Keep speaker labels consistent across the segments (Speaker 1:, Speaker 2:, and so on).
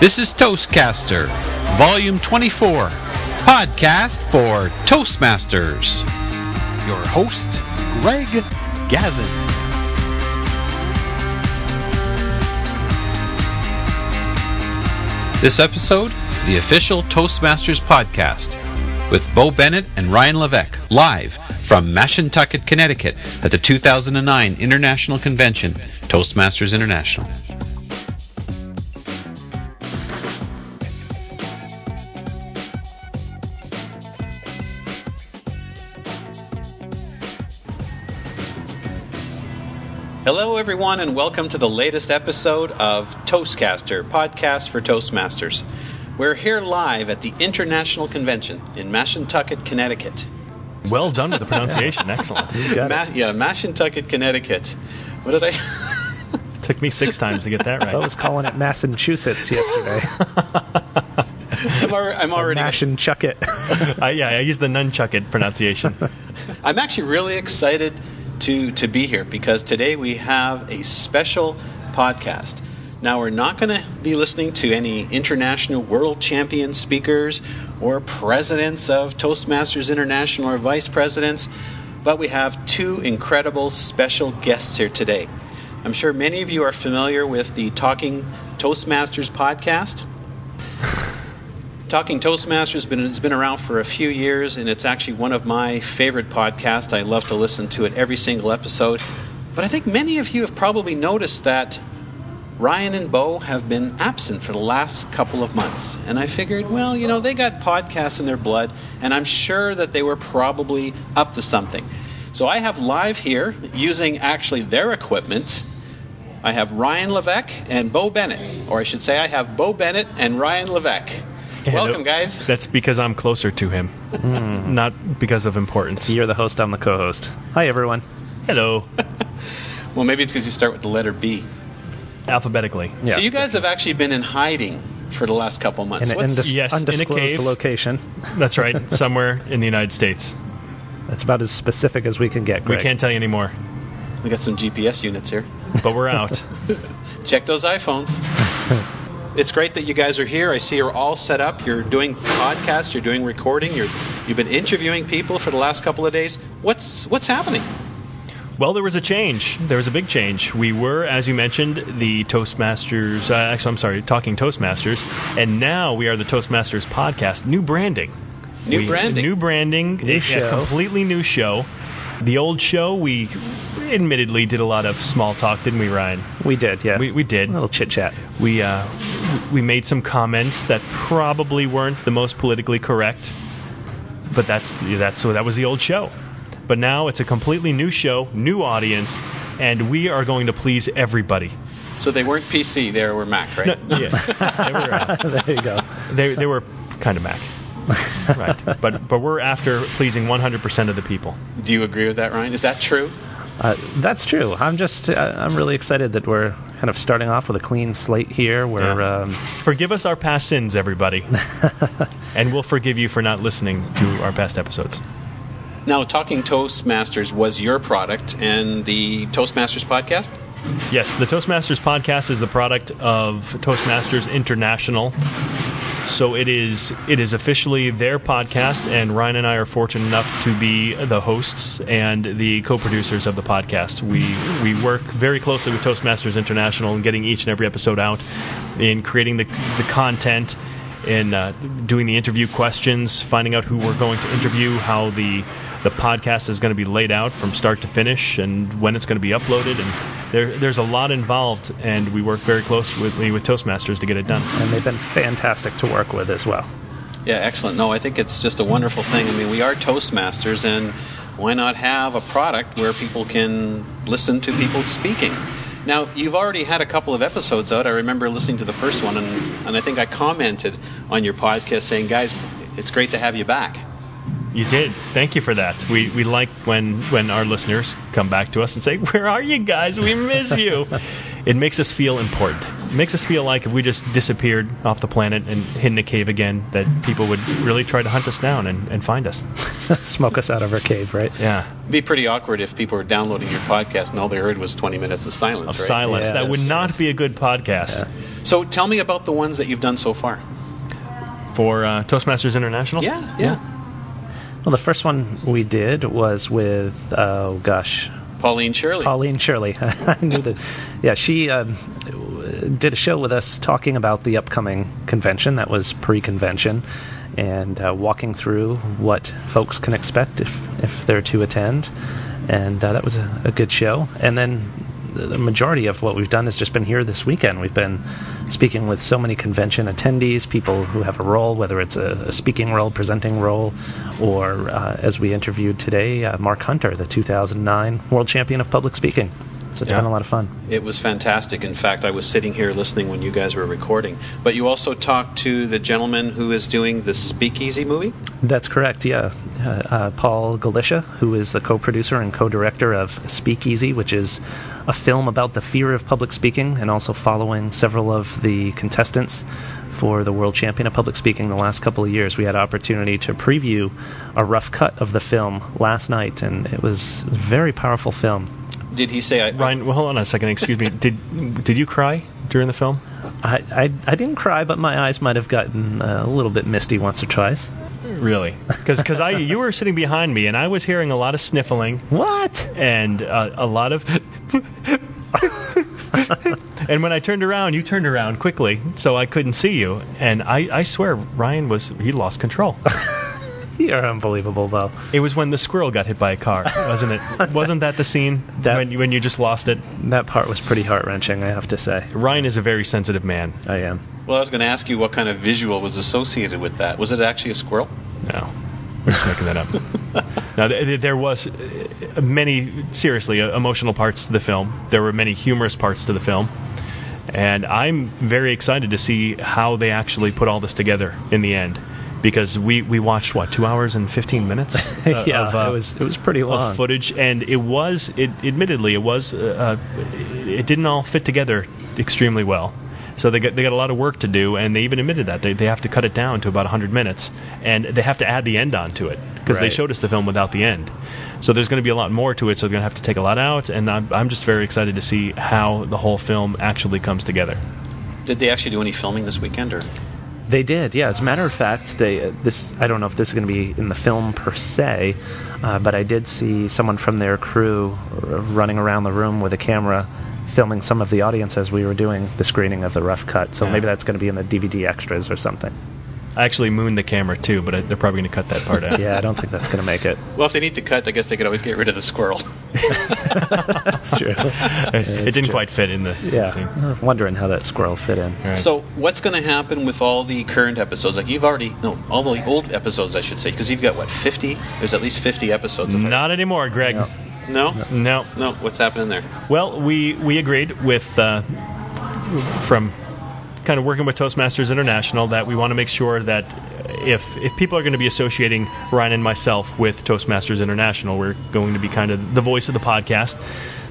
Speaker 1: This is Toastcaster, Volume 24, podcast for Toastmasters.
Speaker 2: Your host, Greg Gazin.
Speaker 1: This episode, the official Toastmasters podcast with Bo Bennett and Ryan Levesque, live from Mashantucket, Connecticut at the 2009 International Convention, Toastmasters International. Hello, everyone, and welcome to the latest episode of Toastcaster, podcast for Toastmasters. We're here live at the International Convention in Mashantucket, Connecticut.
Speaker 3: Well done with the pronunciation. Excellent. You got
Speaker 1: Ma- yeah, Mashantucket, Connecticut. What did I?
Speaker 3: it. Took me six times to get that
Speaker 4: I
Speaker 3: right.
Speaker 4: was calling it Massachusetts yesterday.
Speaker 1: I'm, alre- I'm already.
Speaker 4: Mash and chuck it.
Speaker 3: I, yeah, I used the nunchucket pronunciation.
Speaker 1: I'm actually really excited to to be here because today we have a special podcast. Now we're not going to be listening to any international world champion speakers or presidents of Toastmasters International or vice presidents, but we have two incredible special guests here today. I'm sure many of you are familiar with the Talking Toastmasters podcast. Talking Toastmasters has been, has been around for a few years, and it's actually one of my favorite podcasts. I love to listen to it every single episode. But I think many of you have probably noticed that Ryan and Bo have been absent for the last couple of months. And I figured, well, you know, they got podcasts in their blood, and I'm sure that they were probably up to something. So I have live here, using actually their equipment, I have Ryan Levesque and Bo Bennett. Or I should say, I have Bo Bennett and Ryan Levesque.
Speaker 3: And
Speaker 1: Welcome,
Speaker 3: it-
Speaker 1: guys.
Speaker 3: That's because I'm closer to him, not because of importance.
Speaker 4: You're the host, I'm the co host. Hi, everyone.
Speaker 3: Hello,
Speaker 1: Well, maybe it's because you start with the letter B.
Speaker 3: alphabetically.
Speaker 4: Yeah.
Speaker 1: so you guys have actually been in hiding for the last couple months.
Speaker 4: In an
Speaker 1: What's-
Speaker 4: undis-
Speaker 3: Yes, in a
Speaker 4: undisclosed
Speaker 3: cave.
Speaker 4: location.
Speaker 3: That's right. Somewhere in the United States.
Speaker 4: That's about as specific as we can get,
Speaker 3: We
Speaker 4: Greg.
Speaker 3: can't tell you anymore,
Speaker 1: we got some GPS units here.
Speaker 3: but we're out.
Speaker 1: Check those iPhones. it's great that you guys are here. I see you're all set up. You're doing podcasts. You're doing recording. You're you've been interviewing people for the last couple of days. What's what's happening?
Speaker 3: Well, there was a change. There was a big change. We were, as you mentioned, the Toastmasters. Uh, actually, I'm sorry, Talking Toastmasters, and now we are the Toastmasters podcast. New branding.
Speaker 1: New
Speaker 3: We-
Speaker 1: branding.
Speaker 3: New branding. New
Speaker 4: show.
Speaker 3: A completely new show. The old show, we admittedly did a lot of small talk, didn't we, Ryan?
Speaker 4: We did, yeah.
Speaker 3: We, we did.
Speaker 4: A little chit chat.
Speaker 3: We uh, we made some comments that probably weren't the most politically correct, but that's that's so that was the old show. But now it's a completely new show, new audience, and we are going to please everybody.
Speaker 1: so they weren't PC. They were Mac, right?
Speaker 3: Yeah, they, were, uh,
Speaker 4: There you go.
Speaker 3: they, they were kind of Mac, right? But but we're after pleasing 100% of the people.
Speaker 1: Do you agree with that, Ryan? Is that true?
Speaker 4: Uh, that's true. I'm just, uh, I'm really excited that we're kind of starting off with a clean slate here. We're,
Speaker 3: Yeah.
Speaker 4: um,
Speaker 3: Forgive us our past sins, everybody, and we'll forgive you for not listening to our past episodes.
Speaker 1: Now, Talking Toastmasters was your product, and the Toastmasters podcast.
Speaker 3: Yes, the Toastmasters podcast is the product of Toastmasters International. So it is it is officially their podcast, and Ryan and I are fortunate enough to be the hosts and the co-producers of the podcast. We we work very closely with Toastmasters International in getting each and every episode out, in creating the the content, in uh, doing the interview questions, finding out who we're going to interview, how the the podcast is going to be laid out from start to finish, and when it's going to be uploaded, and there, there's a lot involved, and we work very closely with Toastmasters to get it done.
Speaker 4: and they've been fantastic to work with as well.
Speaker 1: Yeah, excellent. No, I think it's just a wonderful thing. I mean, we are Toastmasters, and why not have a product where people can listen to people speaking? Now, you've already had a couple of episodes out. I remember listening to the first one, and, and I think I commented on your podcast saying, guys, it's great to have you back.
Speaker 3: You did. Thank you for that. We we like when when our listeners come back to us and say, "Where are you guys? We miss you." it makes us feel important. makes us feel like if we just disappeared off the planet and hid in a cave again, that people would really try to hunt us down and, and find us.
Speaker 4: Smoke us out of our cave, right?
Speaker 3: Yeah.
Speaker 1: It'd be pretty awkward if people were downloading your podcast and all they heard was 20 minutes of silence.
Speaker 3: Of
Speaker 1: right?
Speaker 3: silence.
Speaker 4: Yeah,
Speaker 3: that would
Speaker 4: that's-
Speaker 3: not be a good podcast
Speaker 1: So tell me about the ones that you've done so far.
Speaker 3: for uh, Toastmasters International.
Speaker 1: Yeah, yeah.
Speaker 4: Well, the first one we did was with, oh gosh,
Speaker 1: Pauline Shirley.
Speaker 4: Pauline Shirley. I knew that. Yeah, she um, did a show with us talking about the upcoming convention that was pre-convention, and uh, walking through what folks can expect if if they're to attend, and uh, that was a, a good show. And then the the majority of what we've done has just been here this weekend. We've been speaking with so many convention attendees, people who have a role, whether it's a, a speaking role, presenting role, or uh, as we interviewed today, uh, Mark Hunter, the 2009 world champion of public speaking. So it's
Speaker 3: Yeah.
Speaker 4: been a lot of fun.
Speaker 1: It was fantastic. In fact, I was sitting here listening when you guys were recording. But you also talked to the gentleman who is doing the Speakeasy movie.
Speaker 4: That's correct, yeah. Uh, uh, Paul Galicia, who is the co producer and co director of Speakeasy, which is a film about the fear of public speaking and also following several of the contestants for the World Champion of Public Speaking the last couple of years. We had opportunity to preview a rough cut of the film last night, and it was a very powerful film.
Speaker 1: Did he say I,
Speaker 3: Ryan, well, hold on a second. Excuse me. Did did you cry during the film?
Speaker 4: I, I, I didn't cry, but my eyes might have gotten uh, a little bit misty once or twice.
Speaker 3: Really? Because I you were sitting behind me and I was hearing a lot of sniffling
Speaker 4: What?
Speaker 3: and uh, a lot of. and when I turned around, you turned around quickly, so I couldn't see you. And I, I swear, Ryan was he lost control.
Speaker 4: You're unbelievable, though.
Speaker 3: it was when the squirrel got hit by a car, wasn't it? Wasn't that the scene
Speaker 4: That-
Speaker 3: when you- when you just lost it?
Speaker 4: That part was pretty heart wrenching, I have to say.
Speaker 3: Ryan is a very sensitive man.
Speaker 4: I am.
Speaker 1: Well, I was going to ask you what kind of visual was associated with that. Was it actually a squirrel?
Speaker 3: No, we're just making that up. now, th- th- there was uh, many seriously uh, emotional parts to the film. There were many humorous parts to the film, and I'm very excited to see how they actually put all this together in the end. Because we, we watched what two hours and fifteen minutes uh,
Speaker 4: yeah,
Speaker 3: of, uh,
Speaker 4: it was it was pretty long.
Speaker 3: of footage, and it was it admittedly it was uh, it it didn't all fit together extremely well. So they got they got a lot of work to do, and they even admitted that they they have to cut it down to about 100 minutes, and they have to add the end onto it because they
Speaker 4: Right.
Speaker 3: showed us the film without the end. So there's going to be a lot more to it. So they're going to have to take a lot out, and I'm, I'm just very excited to see how the whole film actually comes together.
Speaker 1: Did they actually do any filming this weekend? Or
Speaker 4: They did, yeah. As a matter of fact, they uh, this I don't know if this is going to be in the film per se, uh, but I did see someone from their crew r- running around the room with a camera, filming some of the audience as we were doing the screening of the rough cut. So maybe that's going to be in the DVD extras or something.
Speaker 3: I actually mooned the camera too, but I, they're probably going to cut that part out.
Speaker 4: Yeah, I don't think that's going to make it.
Speaker 1: well, if they need to cut, I guess they could always get rid of the squirrel.
Speaker 4: That's true.
Speaker 3: it didn't
Speaker 4: true.
Speaker 3: quite fit in the scene.
Speaker 4: yeah, wondering how that squirrel fit in.
Speaker 3: Right.
Speaker 1: So, what's going to happen with all the current episodes? Like you've already no, all the old episodes, I should say, because you've got what 50? There's at least 50 episodes. Of
Speaker 3: Not anymore, Greg.
Speaker 4: No.
Speaker 1: no,
Speaker 3: no.
Speaker 1: no. What's happening there?
Speaker 3: Well, we we agreed with uh, from kind of working with Toastmasters International that we want to make sure that if if people are going to be associating Ryan and myself with Toastmasters International, we're going to be kind of the voice of the podcast.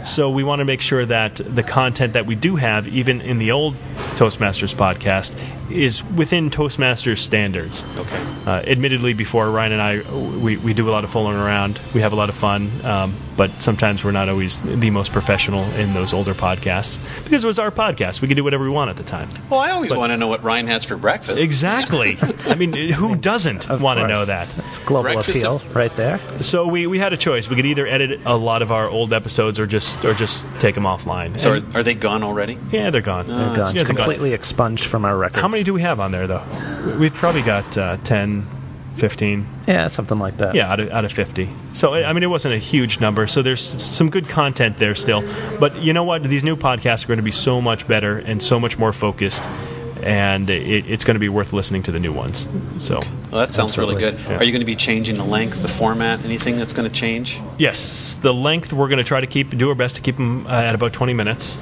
Speaker 3: So we want to make sure that the content that we do have, even in the old Toastmasters podcast, is within Toastmasters standards.
Speaker 1: Okay.
Speaker 3: Uh, admittedly, before Ryan and I, we, we do a lot of fooling around. We have a lot of fun, um, but sometimes we're not always the most professional in those older podcasts because it was our podcast. We could do whatever we want at the time.
Speaker 1: Well, I always want to know what Ryan has for breakfast.
Speaker 3: Exactly. I mean, who doesn't
Speaker 4: Of
Speaker 3: want to
Speaker 4: course.
Speaker 3: know that?
Speaker 4: It's global
Speaker 1: Breakfast
Speaker 4: appeal
Speaker 1: of-
Speaker 4: right there.
Speaker 3: So we, we had a choice. We could either edit a lot of our old episodes or just or just take them offline.
Speaker 1: so,
Speaker 3: And-
Speaker 1: are, are they gone already?
Speaker 3: yeah, they're gone.
Speaker 4: They're gone.
Speaker 3: Yeah, they're gone.
Speaker 4: completely expunged from our records.
Speaker 3: How many do we have on there though? We- We've probably got uh, 10, 15.
Speaker 4: Yeah, something like that.
Speaker 3: Yeah, out of, out of 50. So, I I mean, it wasn't a huge number. So, there's some good content there still. But you know what? These new podcasts are going to be so much better and so much more focused. And it, it's going to be worth listening to the new ones. So,
Speaker 1: Well, that sounds really
Speaker 4: Absolutely.
Speaker 1: good.
Speaker 3: Yeah.
Speaker 1: Are you going to be changing the length, the format, anything that's going to change?
Speaker 3: yes, the length we're going to try to keep, do our best to keep them uh, at about 20 minutes,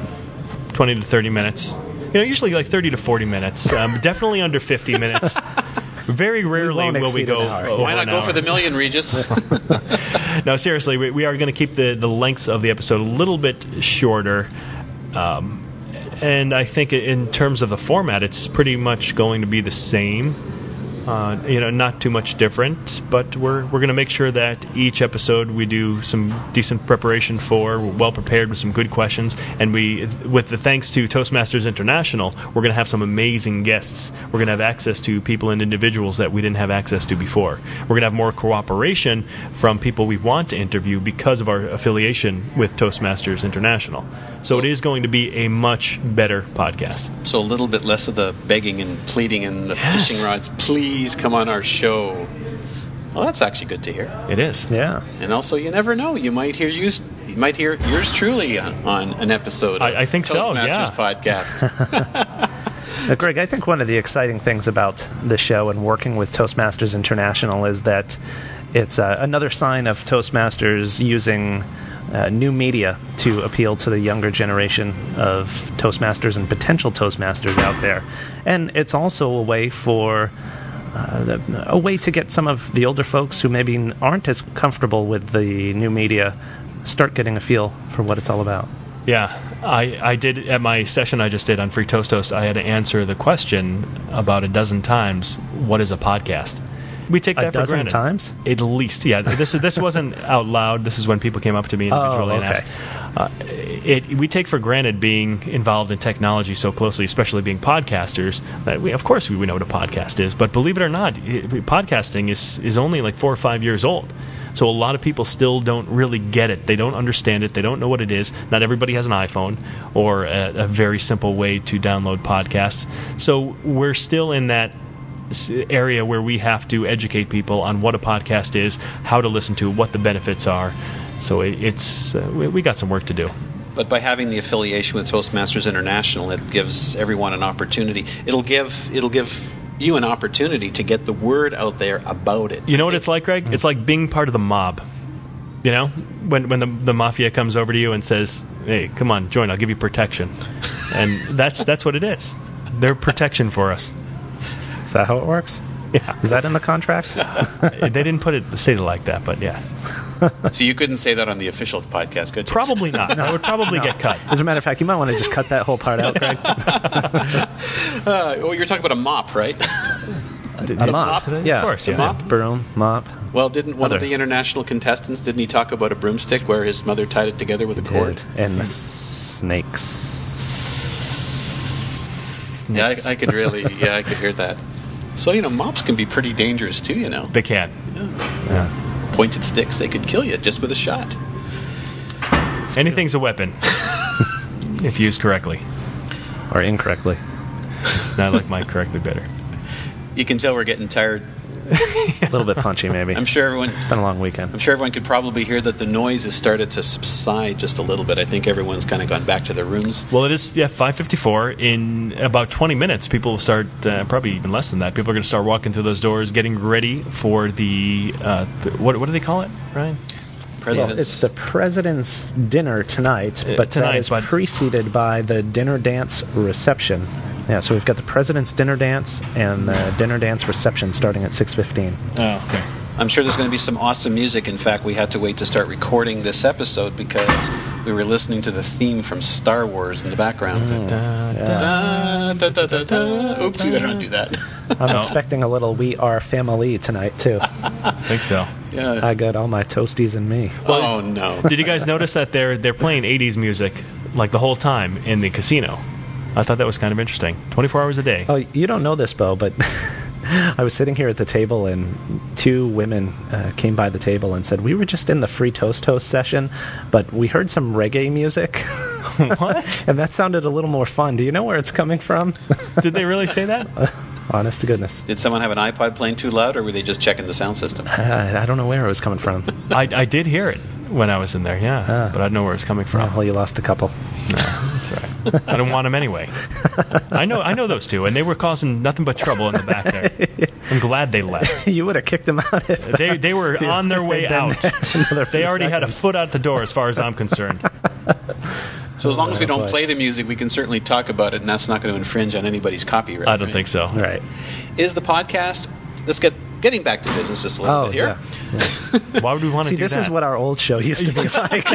Speaker 3: 20 to 30 minutes. You know, usually like 30 to 40 minutes. Um, definitely under 50 minutes. Very rarely
Speaker 4: won't
Speaker 3: will we
Speaker 4: exceed an
Speaker 3: go.
Speaker 4: hour.
Speaker 3: over
Speaker 1: Why not
Speaker 3: an
Speaker 1: go for
Speaker 3: hour.
Speaker 1: the million, Regis?
Speaker 3: No, seriously, we, we are going to keep the, the lengths of the episode a little bit shorter. Um, and I think in terms of the format, it's pretty much going to be the same. Uh, you know, not too much different, but we're we're going to make sure that each episode we do some decent preparation for, we're well prepared with some good questions, and we, with the thanks to Toastmasters International, we're going to have some amazing guests. We're going to have access to people and individuals that we didn't have access to before. We're going to have more cooperation from people we want to interview because of our affiliation with Toastmasters International. So it is going to be a much better podcast.
Speaker 1: So a little bit less of the begging and pleading and the
Speaker 3: Yes.
Speaker 1: fishing rods. Please come on our show. Well, that's actually good to hear.
Speaker 3: It is.
Speaker 4: Yeah.
Speaker 1: And also, you never know. You might hear you, you might hear yours truly on, on an episode. Of
Speaker 3: I- I think so,
Speaker 1: Toastmasters
Speaker 3: yeah.
Speaker 1: podcast.
Speaker 4: Uh, Greg, I think one of the exciting things about the show and working with Toastmasters International is that it's uh, another sign of Toastmasters using uh, new media to appeal to the younger generation of Toastmasters and potential Toastmasters out there. And it's also a way for uh, the- a way to get some of the older folks who maybe n- aren't as comfortable with the new media start getting a feel for what it's all about.
Speaker 3: Yeah, I, I did at my session I just did on Free Toast Toast. I had to answer the question about a dozen times. What is a podcast? We take
Speaker 4: A
Speaker 3: that for
Speaker 4: dozen
Speaker 3: granted.
Speaker 4: times?
Speaker 3: at least. Yeah, this is this wasn't out loud. This is when people came up to me individually and
Speaker 4: okay.
Speaker 3: asked. Uh, it we take for granted being involved in technology so closely, especially being podcasters. That we, of course, we, we know what a podcast is, but believe it or not, i podcasting is is only like four or five years old. So a lot of people still don't really get it. They don't understand it. They don't know what it is. Not everybody has an iPhone or a, a very simple way to download podcasts. So we're still in that s- area where we have to educate people on what a podcast is, how to listen to, it, what the benefits are. So it, it's uh, we, we got some work to do.
Speaker 1: but by having the affiliation with Toastmasters International, it gives everyone an opportunity. It'll give it'll give you an opportunity to get the word out there about it.
Speaker 3: You know what it's like, Greg? It's like being part of the mob. You know, when when the the mafia comes over to you and says, "Hey, come on, join. I'll give you protection," and that's that's what it is. They're protection for us.
Speaker 4: Is that how it works?
Speaker 3: Yeah,
Speaker 4: Is that in the contract?
Speaker 3: they didn't put it say it like that, but yeah,
Speaker 1: So you couldn't say that on the official podcast, could you?
Speaker 3: probably not. I would probably get cut.
Speaker 4: As a matter of fact, you might want to just cut that whole part out, Greg.
Speaker 1: Uh, well, you're talking about a mop, right?
Speaker 4: A mop. Yeah.
Speaker 3: of course,
Speaker 4: A
Speaker 3: yeah.
Speaker 4: mop. Broom, mop.
Speaker 1: well, didn't one of
Speaker 4: Other.
Speaker 1: the international contestants didn't he talk about a broomstick where his mother tied it together with a cord?
Speaker 4: And the snakes.
Speaker 1: Yeah, I, I could really, yeah, I could hear that. So you know, mops can be pretty dangerous too. You know,
Speaker 3: They can.
Speaker 1: pointed sticks they could kill you just with a shot.
Speaker 3: Anything's a weapon if used correctly.
Speaker 4: Or incorrectly.
Speaker 3: And I like mine correctly better.
Speaker 1: You can tell we're getting tired.
Speaker 4: A little bit punchy, maybe.
Speaker 1: I'm sure everyone.
Speaker 4: Been a long
Speaker 1: I'm
Speaker 4: weekend.
Speaker 1: sure everyone could probably hear that the noise has started to subside just a little bit. I think everyone's kind of gone back to their rooms.
Speaker 3: Well, it is yeah, five fifty four. In about twenty minutes, people will start. Uh, probably even less than that. People are going to start walking through those doors, getting ready for the uh, th- what? What do they call it, Ryan?
Speaker 1: Presidents.
Speaker 4: it's the president's dinner tonight,
Speaker 3: Uh,
Speaker 4: but
Speaker 3: tonight,
Speaker 4: that is
Speaker 3: but-
Speaker 4: preceded by the dinner dance reception. Yeah, so we've got the president's dinner dance and the dinner dance reception starting at 6:15.
Speaker 3: Oh, okay.
Speaker 1: I'm sure there's going to be some awesome music. In fact, we had to wait to start recording this episode because we were listening to the theme from Star Wars in the background.
Speaker 4: Mm,
Speaker 1: Da, da, da, da, da. Oopsie, I don't do that.
Speaker 4: I'm expecting a little "We Are Family" tonight too.
Speaker 3: I think so.
Speaker 1: Yeah.
Speaker 4: I got all my toasties and me.
Speaker 1: oh no.
Speaker 3: Did you guys notice that they're they're playing eighties music like the whole time in the casino? I thought that was kind of interesting. Twenty four hours a day.
Speaker 4: Oh, you don't know this, Bo, but I was sitting here at the table, and two women uh, came by the table and said, "We were just in the free toast toast session, but we heard some reggae music,
Speaker 3: what?
Speaker 4: and that sounded a little more fun. Do you know where it's coming from?
Speaker 3: Did they really say that?
Speaker 4: Honest to goodness,
Speaker 1: Did someone have an iPod playing too loud, or were they just checking the sound system?
Speaker 4: uh, I don't know where it was coming from.
Speaker 3: I, I did hear it when I was in there. Yeah, but I don't know where it's coming from.
Speaker 4: Well, Oh, you lost a couple.
Speaker 3: That's all right. I don't want them anyway. I know, I know those two, and they were causing nothing but trouble in the back there. I'm glad they left.
Speaker 4: you would have kicked them out if
Speaker 3: They they were on their
Speaker 4: if
Speaker 3: way
Speaker 4: they'd been
Speaker 3: out.
Speaker 4: there another
Speaker 3: They
Speaker 4: few
Speaker 3: already had a
Speaker 4: seconds.
Speaker 3: foot out the door, as far as I'm concerned.
Speaker 1: So as long as we don't
Speaker 4: boy.
Speaker 1: play the music, we can certainly talk about it, and that's not going to infringe on anybody's copyright.
Speaker 3: I don't think so.
Speaker 4: Right.
Speaker 1: Is the podcast? Let's get getting back to business just a little
Speaker 4: Oh,
Speaker 1: bit here.
Speaker 4: yeah.
Speaker 3: Why would we want to
Speaker 4: See,
Speaker 3: do
Speaker 4: this
Speaker 3: that?
Speaker 4: is what our old show used to be like.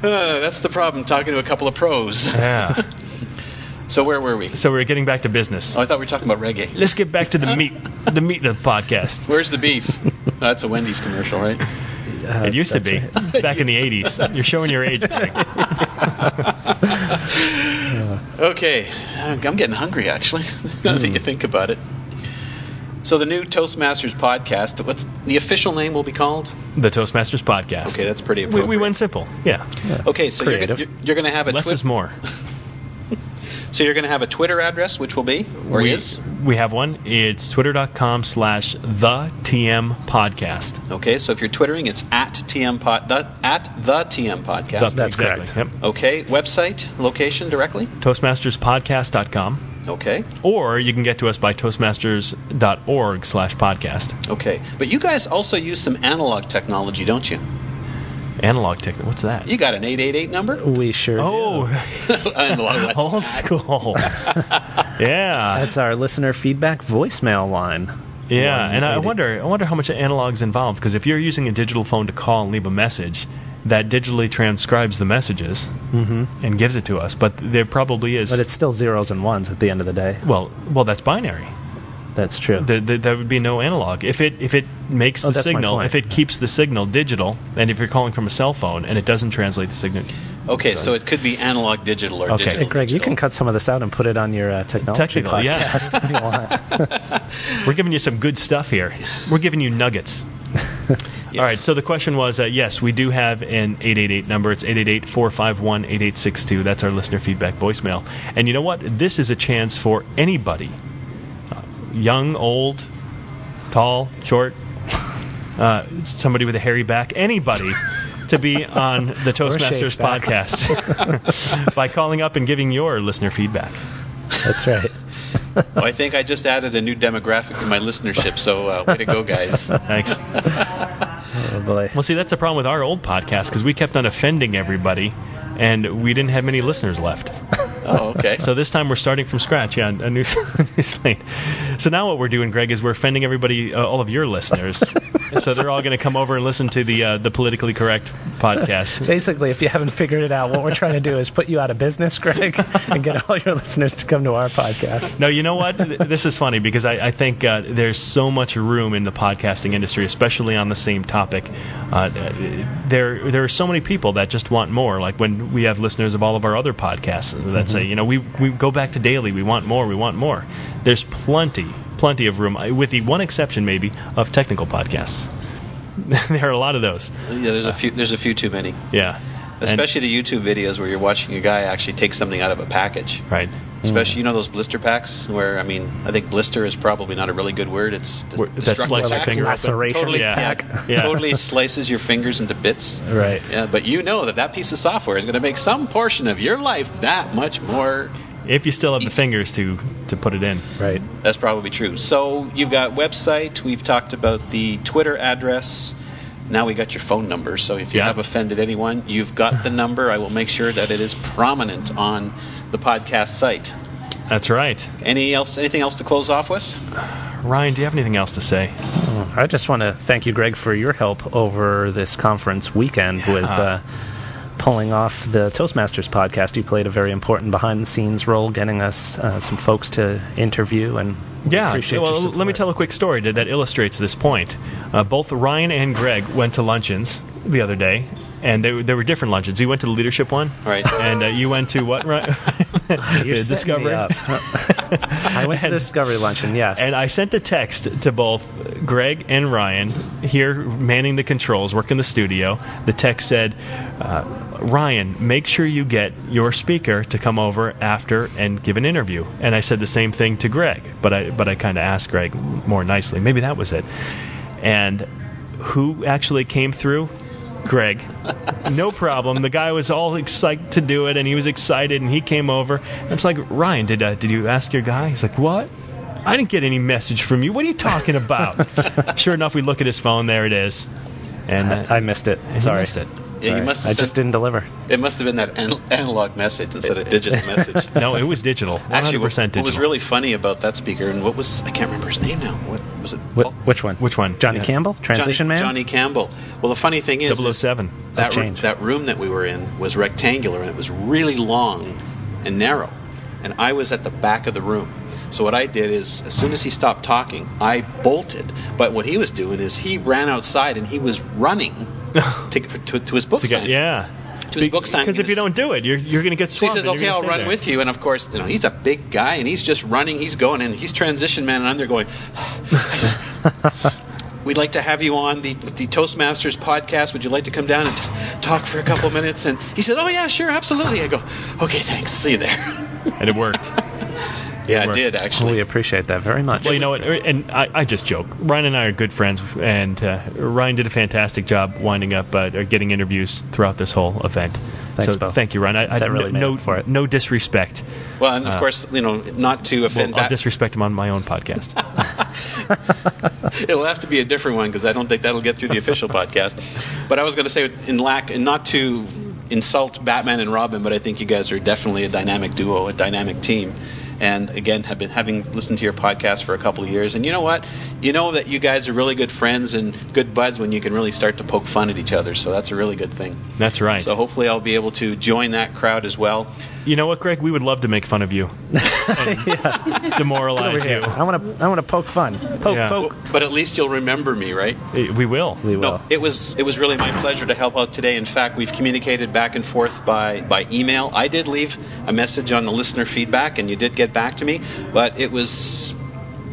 Speaker 1: Uh, that's the problem talking to a couple of pros.
Speaker 3: Yeah.
Speaker 1: so where were we?
Speaker 3: So we're getting back to business.
Speaker 1: Oh, I thought we were talking about reggae.
Speaker 3: Let's get back to the meat, the meat of the podcast.
Speaker 1: Where's the beef? Oh, That's a Wendy's commercial, right?
Speaker 3: It used to be back in the '80s. You're showing your age. Greg.
Speaker 1: Okay, I'm I'm getting hungry actually. Now
Speaker 4: Hmm.
Speaker 1: that you think about it. So the new Toastmasters podcast. What's the official name will be called?
Speaker 3: The Toastmasters podcast.
Speaker 1: Okay, that's pretty
Speaker 3: we,
Speaker 1: appropriate.
Speaker 3: we went simple. Yeah,
Speaker 1: Okay, so you're,
Speaker 4: Creative.
Speaker 1: you're, you're going to have a
Speaker 3: less
Speaker 1: twi-
Speaker 3: is more.
Speaker 1: so you're going to have a Twitter address, which will be or
Speaker 3: we,
Speaker 1: is
Speaker 3: we have one. It's twitter.com slash the TM podcast.
Speaker 1: okay. So if you're twittering, it's at tm pod the, at the tm podcast.
Speaker 4: That's
Speaker 3: exactly.
Speaker 4: correct.
Speaker 3: Yep.
Speaker 1: okay, website location directly.
Speaker 3: Toastmasterspodcast.com.
Speaker 1: Okay,
Speaker 3: Or you can get to us by toastmasters.org slash podcast.
Speaker 1: okay. But you guys also use some analog technology, don't you?
Speaker 3: Analog technique. What's that?
Speaker 1: You got an eight eight eight number? Uh,
Speaker 4: We sure. do.
Speaker 3: Oh,
Speaker 1: Analog, that's-
Speaker 3: old school. yeah,
Speaker 4: that's our listener feedback voicemail line.
Speaker 3: yeah.
Speaker 4: One
Speaker 3: And I
Speaker 4: eighty.
Speaker 3: wonder, I wonder how much analog's involved because if you're using a digital phone to call and leave a message, that digitally transcribes the messages and gives it to us. Mm-hmm. But there probably is.
Speaker 4: But it's still zeros and ones at the end of the day.
Speaker 3: well, well, that's binary.
Speaker 4: That's true.
Speaker 3: There, there, there would be no analog if it if it makes
Speaker 4: Oh,
Speaker 3: the
Speaker 4: that's my
Speaker 3: signal
Speaker 4: point.
Speaker 3: if it keeps the signal digital and if you're calling from a cell phone and it doesn't translate the signal
Speaker 1: Okay, so it could be analog digital or
Speaker 3: Okay.
Speaker 1: digital.
Speaker 4: Hey, Greg, you can cut some of this out and put it on your uh, technology
Speaker 3: Technical, yeah.
Speaker 4: podcast if you want.
Speaker 3: we're giving you some good stuff here we're giving you nuggets all right so the question was uh, yes we do have an 888 number it's 888-451-8862 that's our listener feedback voicemail and you know what this is a chance for anybody uh, young old tall short uh, somebody with a hairy back anybody to be on the toastmasters
Speaker 4: shaved back.
Speaker 3: podcast by calling up and giving your listener feedback
Speaker 4: That's right.
Speaker 1: Well, I think I just added a new demographic to my listenership, so uh, way to go, guys.
Speaker 3: thanks
Speaker 4: Oh boy.
Speaker 3: Well, see, that's the problem with our old podcast because we kept on offending everybody, and we didn't have many listeners left.
Speaker 1: Oh, okay.
Speaker 3: So this time we're starting from scratch. Yeah, a new, new slate. So now what we're doing, Greg, is we're offending everybody, uh, all of your listeners. so they're all going to come over and listen to the uh, the politically correct podcast.
Speaker 4: Basically, if you haven't figured it out, what we're trying to do is put you out of business, Greg, and get all your listeners to come to our podcast.
Speaker 3: No, you know what? Th- This is funny because I, I think uh, there's so much room in the podcasting industry, especially on the same topic. Uh, there, there are so many people that just want more. Like when we have listeners of all of our other podcasts that say, you know, we, we go back to daily. We want more. We want more. There's plenty, plenty of room, I- with the one exception maybe of technical podcasts. there are a lot of those.
Speaker 1: Yeah, there's a few. There's a few too many,
Speaker 3: Yeah, And-
Speaker 1: especially the YouTube videos where you're watching a guy actually take something out of a package.
Speaker 3: right.
Speaker 1: Especially, you know, those blister packs where I mean, I think blister is probably not a really good word. It's d-
Speaker 3: Where- that
Speaker 1: destructive
Speaker 3: slices your
Speaker 1: packs.
Speaker 3: finger open.
Speaker 4: Laceration
Speaker 1: Totally,
Speaker 3: pack.
Speaker 1: yeah,
Speaker 3: Yeah.
Speaker 1: totally slices your fingers into bits.
Speaker 4: Right.
Speaker 1: Yeah, but you know that that piece of software is going to make some portion of your life that much more
Speaker 3: If you still have the fingers to to put it in.
Speaker 4: Right.
Speaker 1: That's probably true. So you've got website. We've talked about the Twitter address. Now we got your phone number. So if you
Speaker 3: Yeah.
Speaker 1: have offended anyone, you've got the number. I will make sure that it is prominent on the podcast site.
Speaker 3: That's right.
Speaker 1: Any else? Anything else to close off with?
Speaker 3: Ryan, do you have anything else to say?
Speaker 4: I just want to thank you, Greg, for your help over this conference weekend with uh, pulling off the Toastmasters podcast. You played a very important behind the scenes role, getting us uh, some folks to interview, and we
Speaker 3: Yeah,
Speaker 4: appreciate your
Speaker 3: well, let me
Speaker 4: support.
Speaker 3: tell a quick story that, that illustrates this point. Uh, both Ryan and Greg went to luncheons the other day, and they, were- there were different luncheons. You went to the leadership one,
Speaker 1: Right.
Speaker 3: And uh, you went to what? Ryan?
Speaker 4: You're
Speaker 3: the
Speaker 4: setting
Speaker 3: Discovery.
Speaker 4: me up. I went to the Discovery luncheon, yes.
Speaker 3: And I sent a text to both Greg and Ryan here manning the controls, working the studio. The text said, uh, Ryan, make sure you get your speaker to come over after and give an interview. And I said the same thing to Greg, but I, but I kind of asked Greg more nicely. Maybe that was it. And who actually came through? Greg. No problem. The guy was all excited to do it, and he was excited, and he came over. I was like, Ryan, did uh, did you ask your guy? He's like, what? I didn't get any message from you. What are you talking about? sure enough, we look at his phone. There it is, and uh,
Speaker 4: I missed it.
Speaker 3: and he
Speaker 4: Sorry.
Speaker 3: missed it.
Speaker 1: Yeah, you
Speaker 4: Sorry,
Speaker 1: must
Speaker 4: I
Speaker 1: have sent-
Speaker 4: just didn't deliver.
Speaker 1: It must have been that an- analog message instead of digital message.
Speaker 3: No, it was digital. 100%
Speaker 1: Actually, what,
Speaker 3: digital.
Speaker 1: what was really funny about that speaker and what was I can't remember his name now. What was it?
Speaker 4: Wh-
Speaker 1: Paul-
Speaker 4: which one?
Speaker 3: Which one?
Speaker 4: Johnny
Speaker 3: Yeah.
Speaker 4: Campbell, Transition
Speaker 1: Johnny,
Speaker 4: Man.
Speaker 1: Johnny Campble. Well, the funny thing is, is
Speaker 3: 007.
Speaker 1: that,
Speaker 4: That's
Speaker 1: ro-
Speaker 4: change.
Speaker 1: that room that we were in was rectangular and it was really long and narrow. And I was at the back of the room. So what I did is, as soon as he stopped talking, I bolted. But what he was doing is he ran outside and he was running to, to, to his book
Speaker 3: To get-
Speaker 1: signing.
Speaker 3: yeah.
Speaker 1: To his book signing.
Speaker 3: Because if
Speaker 1: He
Speaker 3: you
Speaker 1: was-
Speaker 3: don't do it, you're, you're going to get
Speaker 1: so he
Speaker 3: swamped.
Speaker 1: says,
Speaker 3: and
Speaker 1: "Okay,
Speaker 3: you're gonna
Speaker 1: I'll
Speaker 3: stay
Speaker 1: run
Speaker 3: there."
Speaker 1: with you." And of course, you know, he's a big guy, and he's just running. He's going, and he's transition man, and I'm there going. I just- We'd like to have you on the, the Toastmasters podcast. Would you like to come down and t- talk for a couple minutes? And he said, "Oh yeah, sure, absolutely." I go, "Okay, thanks. See you there."
Speaker 3: And it worked.
Speaker 1: yeah, I
Speaker 3: worked.
Speaker 1: did
Speaker 4: We
Speaker 1: actually.
Speaker 4: appreciate that very much.
Speaker 3: Well, you know what? Er, And I, I just joke. Ryan and I are good friends, and uh, Ryan did a fantastic job winding up uh, or getting interviews throughout this whole event.
Speaker 4: Thanks,
Speaker 3: so
Speaker 4: Bo.
Speaker 3: thank you, Ryan. I, I,
Speaker 4: That really made
Speaker 3: no,
Speaker 4: up for it.
Speaker 3: no disrespect.
Speaker 1: Well, and of course, you know, not to offend.
Speaker 3: uh, Well, I'll
Speaker 1: that-
Speaker 3: disrespect him on my own podcast.
Speaker 1: It'll have to be a different one because I don't think that'll get through the official podcast. But I was going to say, in lack, and not to insult Batman and Robin, but I think you guys are definitely a dynamic duo, a dynamic team. And again, have been having listened to your podcast for a couple of years, and you know what? You know that you guys are really good friends and good buds when you can really start to poke fun at each other. So that's a really good thing.
Speaker 3: That's right.
Speaker 1: So hopefully, I'll be able to join that crowd as well.
Speaker 3: you know what, Greg? We would love to make fun of you, and demoralize you.
Speaker 4: I want to. I want to poke fun. Poke,
Speaker 3: Yeah.
Speaker 4: poke.
Speaker 1: But at least you'll remember me, right?
Speaker 3: Eh, We will.
Speaker 4: We will.
Speaker 1: No, it was it was really my pleasure to help out today. In fact, we've communicated back and forth by by email. I did leave a message on the listener feedback, and you did get back to me. But it was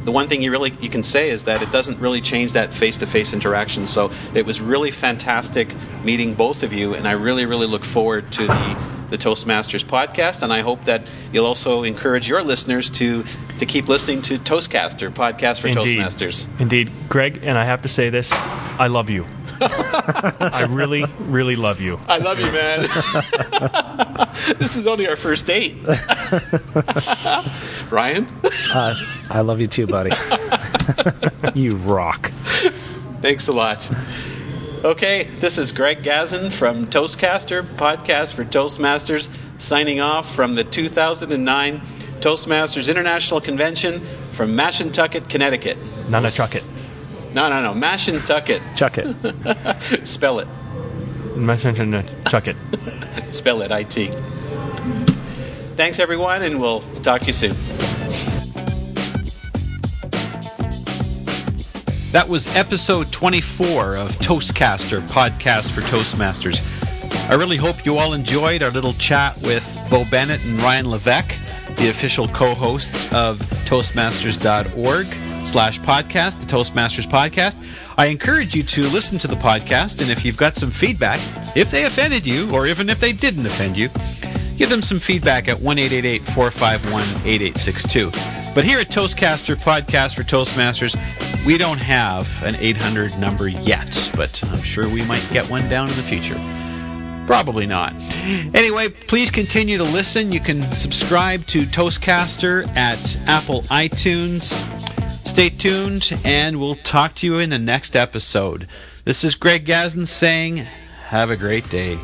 Speaker 1: the one thing you really you can say is that it doesn't really change that face to face interaction. So it was really fantastic meeting both of you, and I really really look forward to the. The Toastmasters podcast, and I hope that you'll also encourage your listeners to to keep listening to Toastcaster podcast for
Speaker 3: Indeed.
Speaker 1: Toastmasters.
Speaker 3: Indeed. Greg, and I have to say this I love you. I really, really love you.
Speaker 1: I love you, man. this is only our first date. Ryan,
Speaker 4: Uh, I love you too, buddy. you rock.
Speaker 1: thanks a lot. Okay, this is Greg Gazin from Toastcaster, podcast for Toastmasters, signing off from the 2009 Toastmasters International Convention from Mashantucket, Connecticut.
Speaker 3: Nana Chuck it.
Speaker 1: No, no, no, Mashantucket.
Speaker 4: Chuck it.
Speaker 1: Spell it.
Speaker 3: Chuck it.
Speaker 1: Spell it, IT. Thanks, everyone, and we'll talk to you soon. That was episode 24 of Toastcaster, podcast for Toastmasters. I really hope you all enjoyed our little chat with Bo Bennett and Ryan Levesque, the official co-hosts of Toastmasters.org slash podcast, the Toastmasters podcast. I encourage you to listen to the podcast, and if you've got some feedback, if they offended you, or even if they didn't offend you, give them some feedback at 1 451 8862. But here at Toastcaster Podcast for Toastmasters, we don't have an 800 number yet, but I'm sure we might get one down in the future. Probably not. Anyway, please continue to listen. You can subscribe to Toastcaster at Apple iTunes. Stay tuned, and we'll talk to you in the next episode. This is Greg Gazin saying, Have a great day.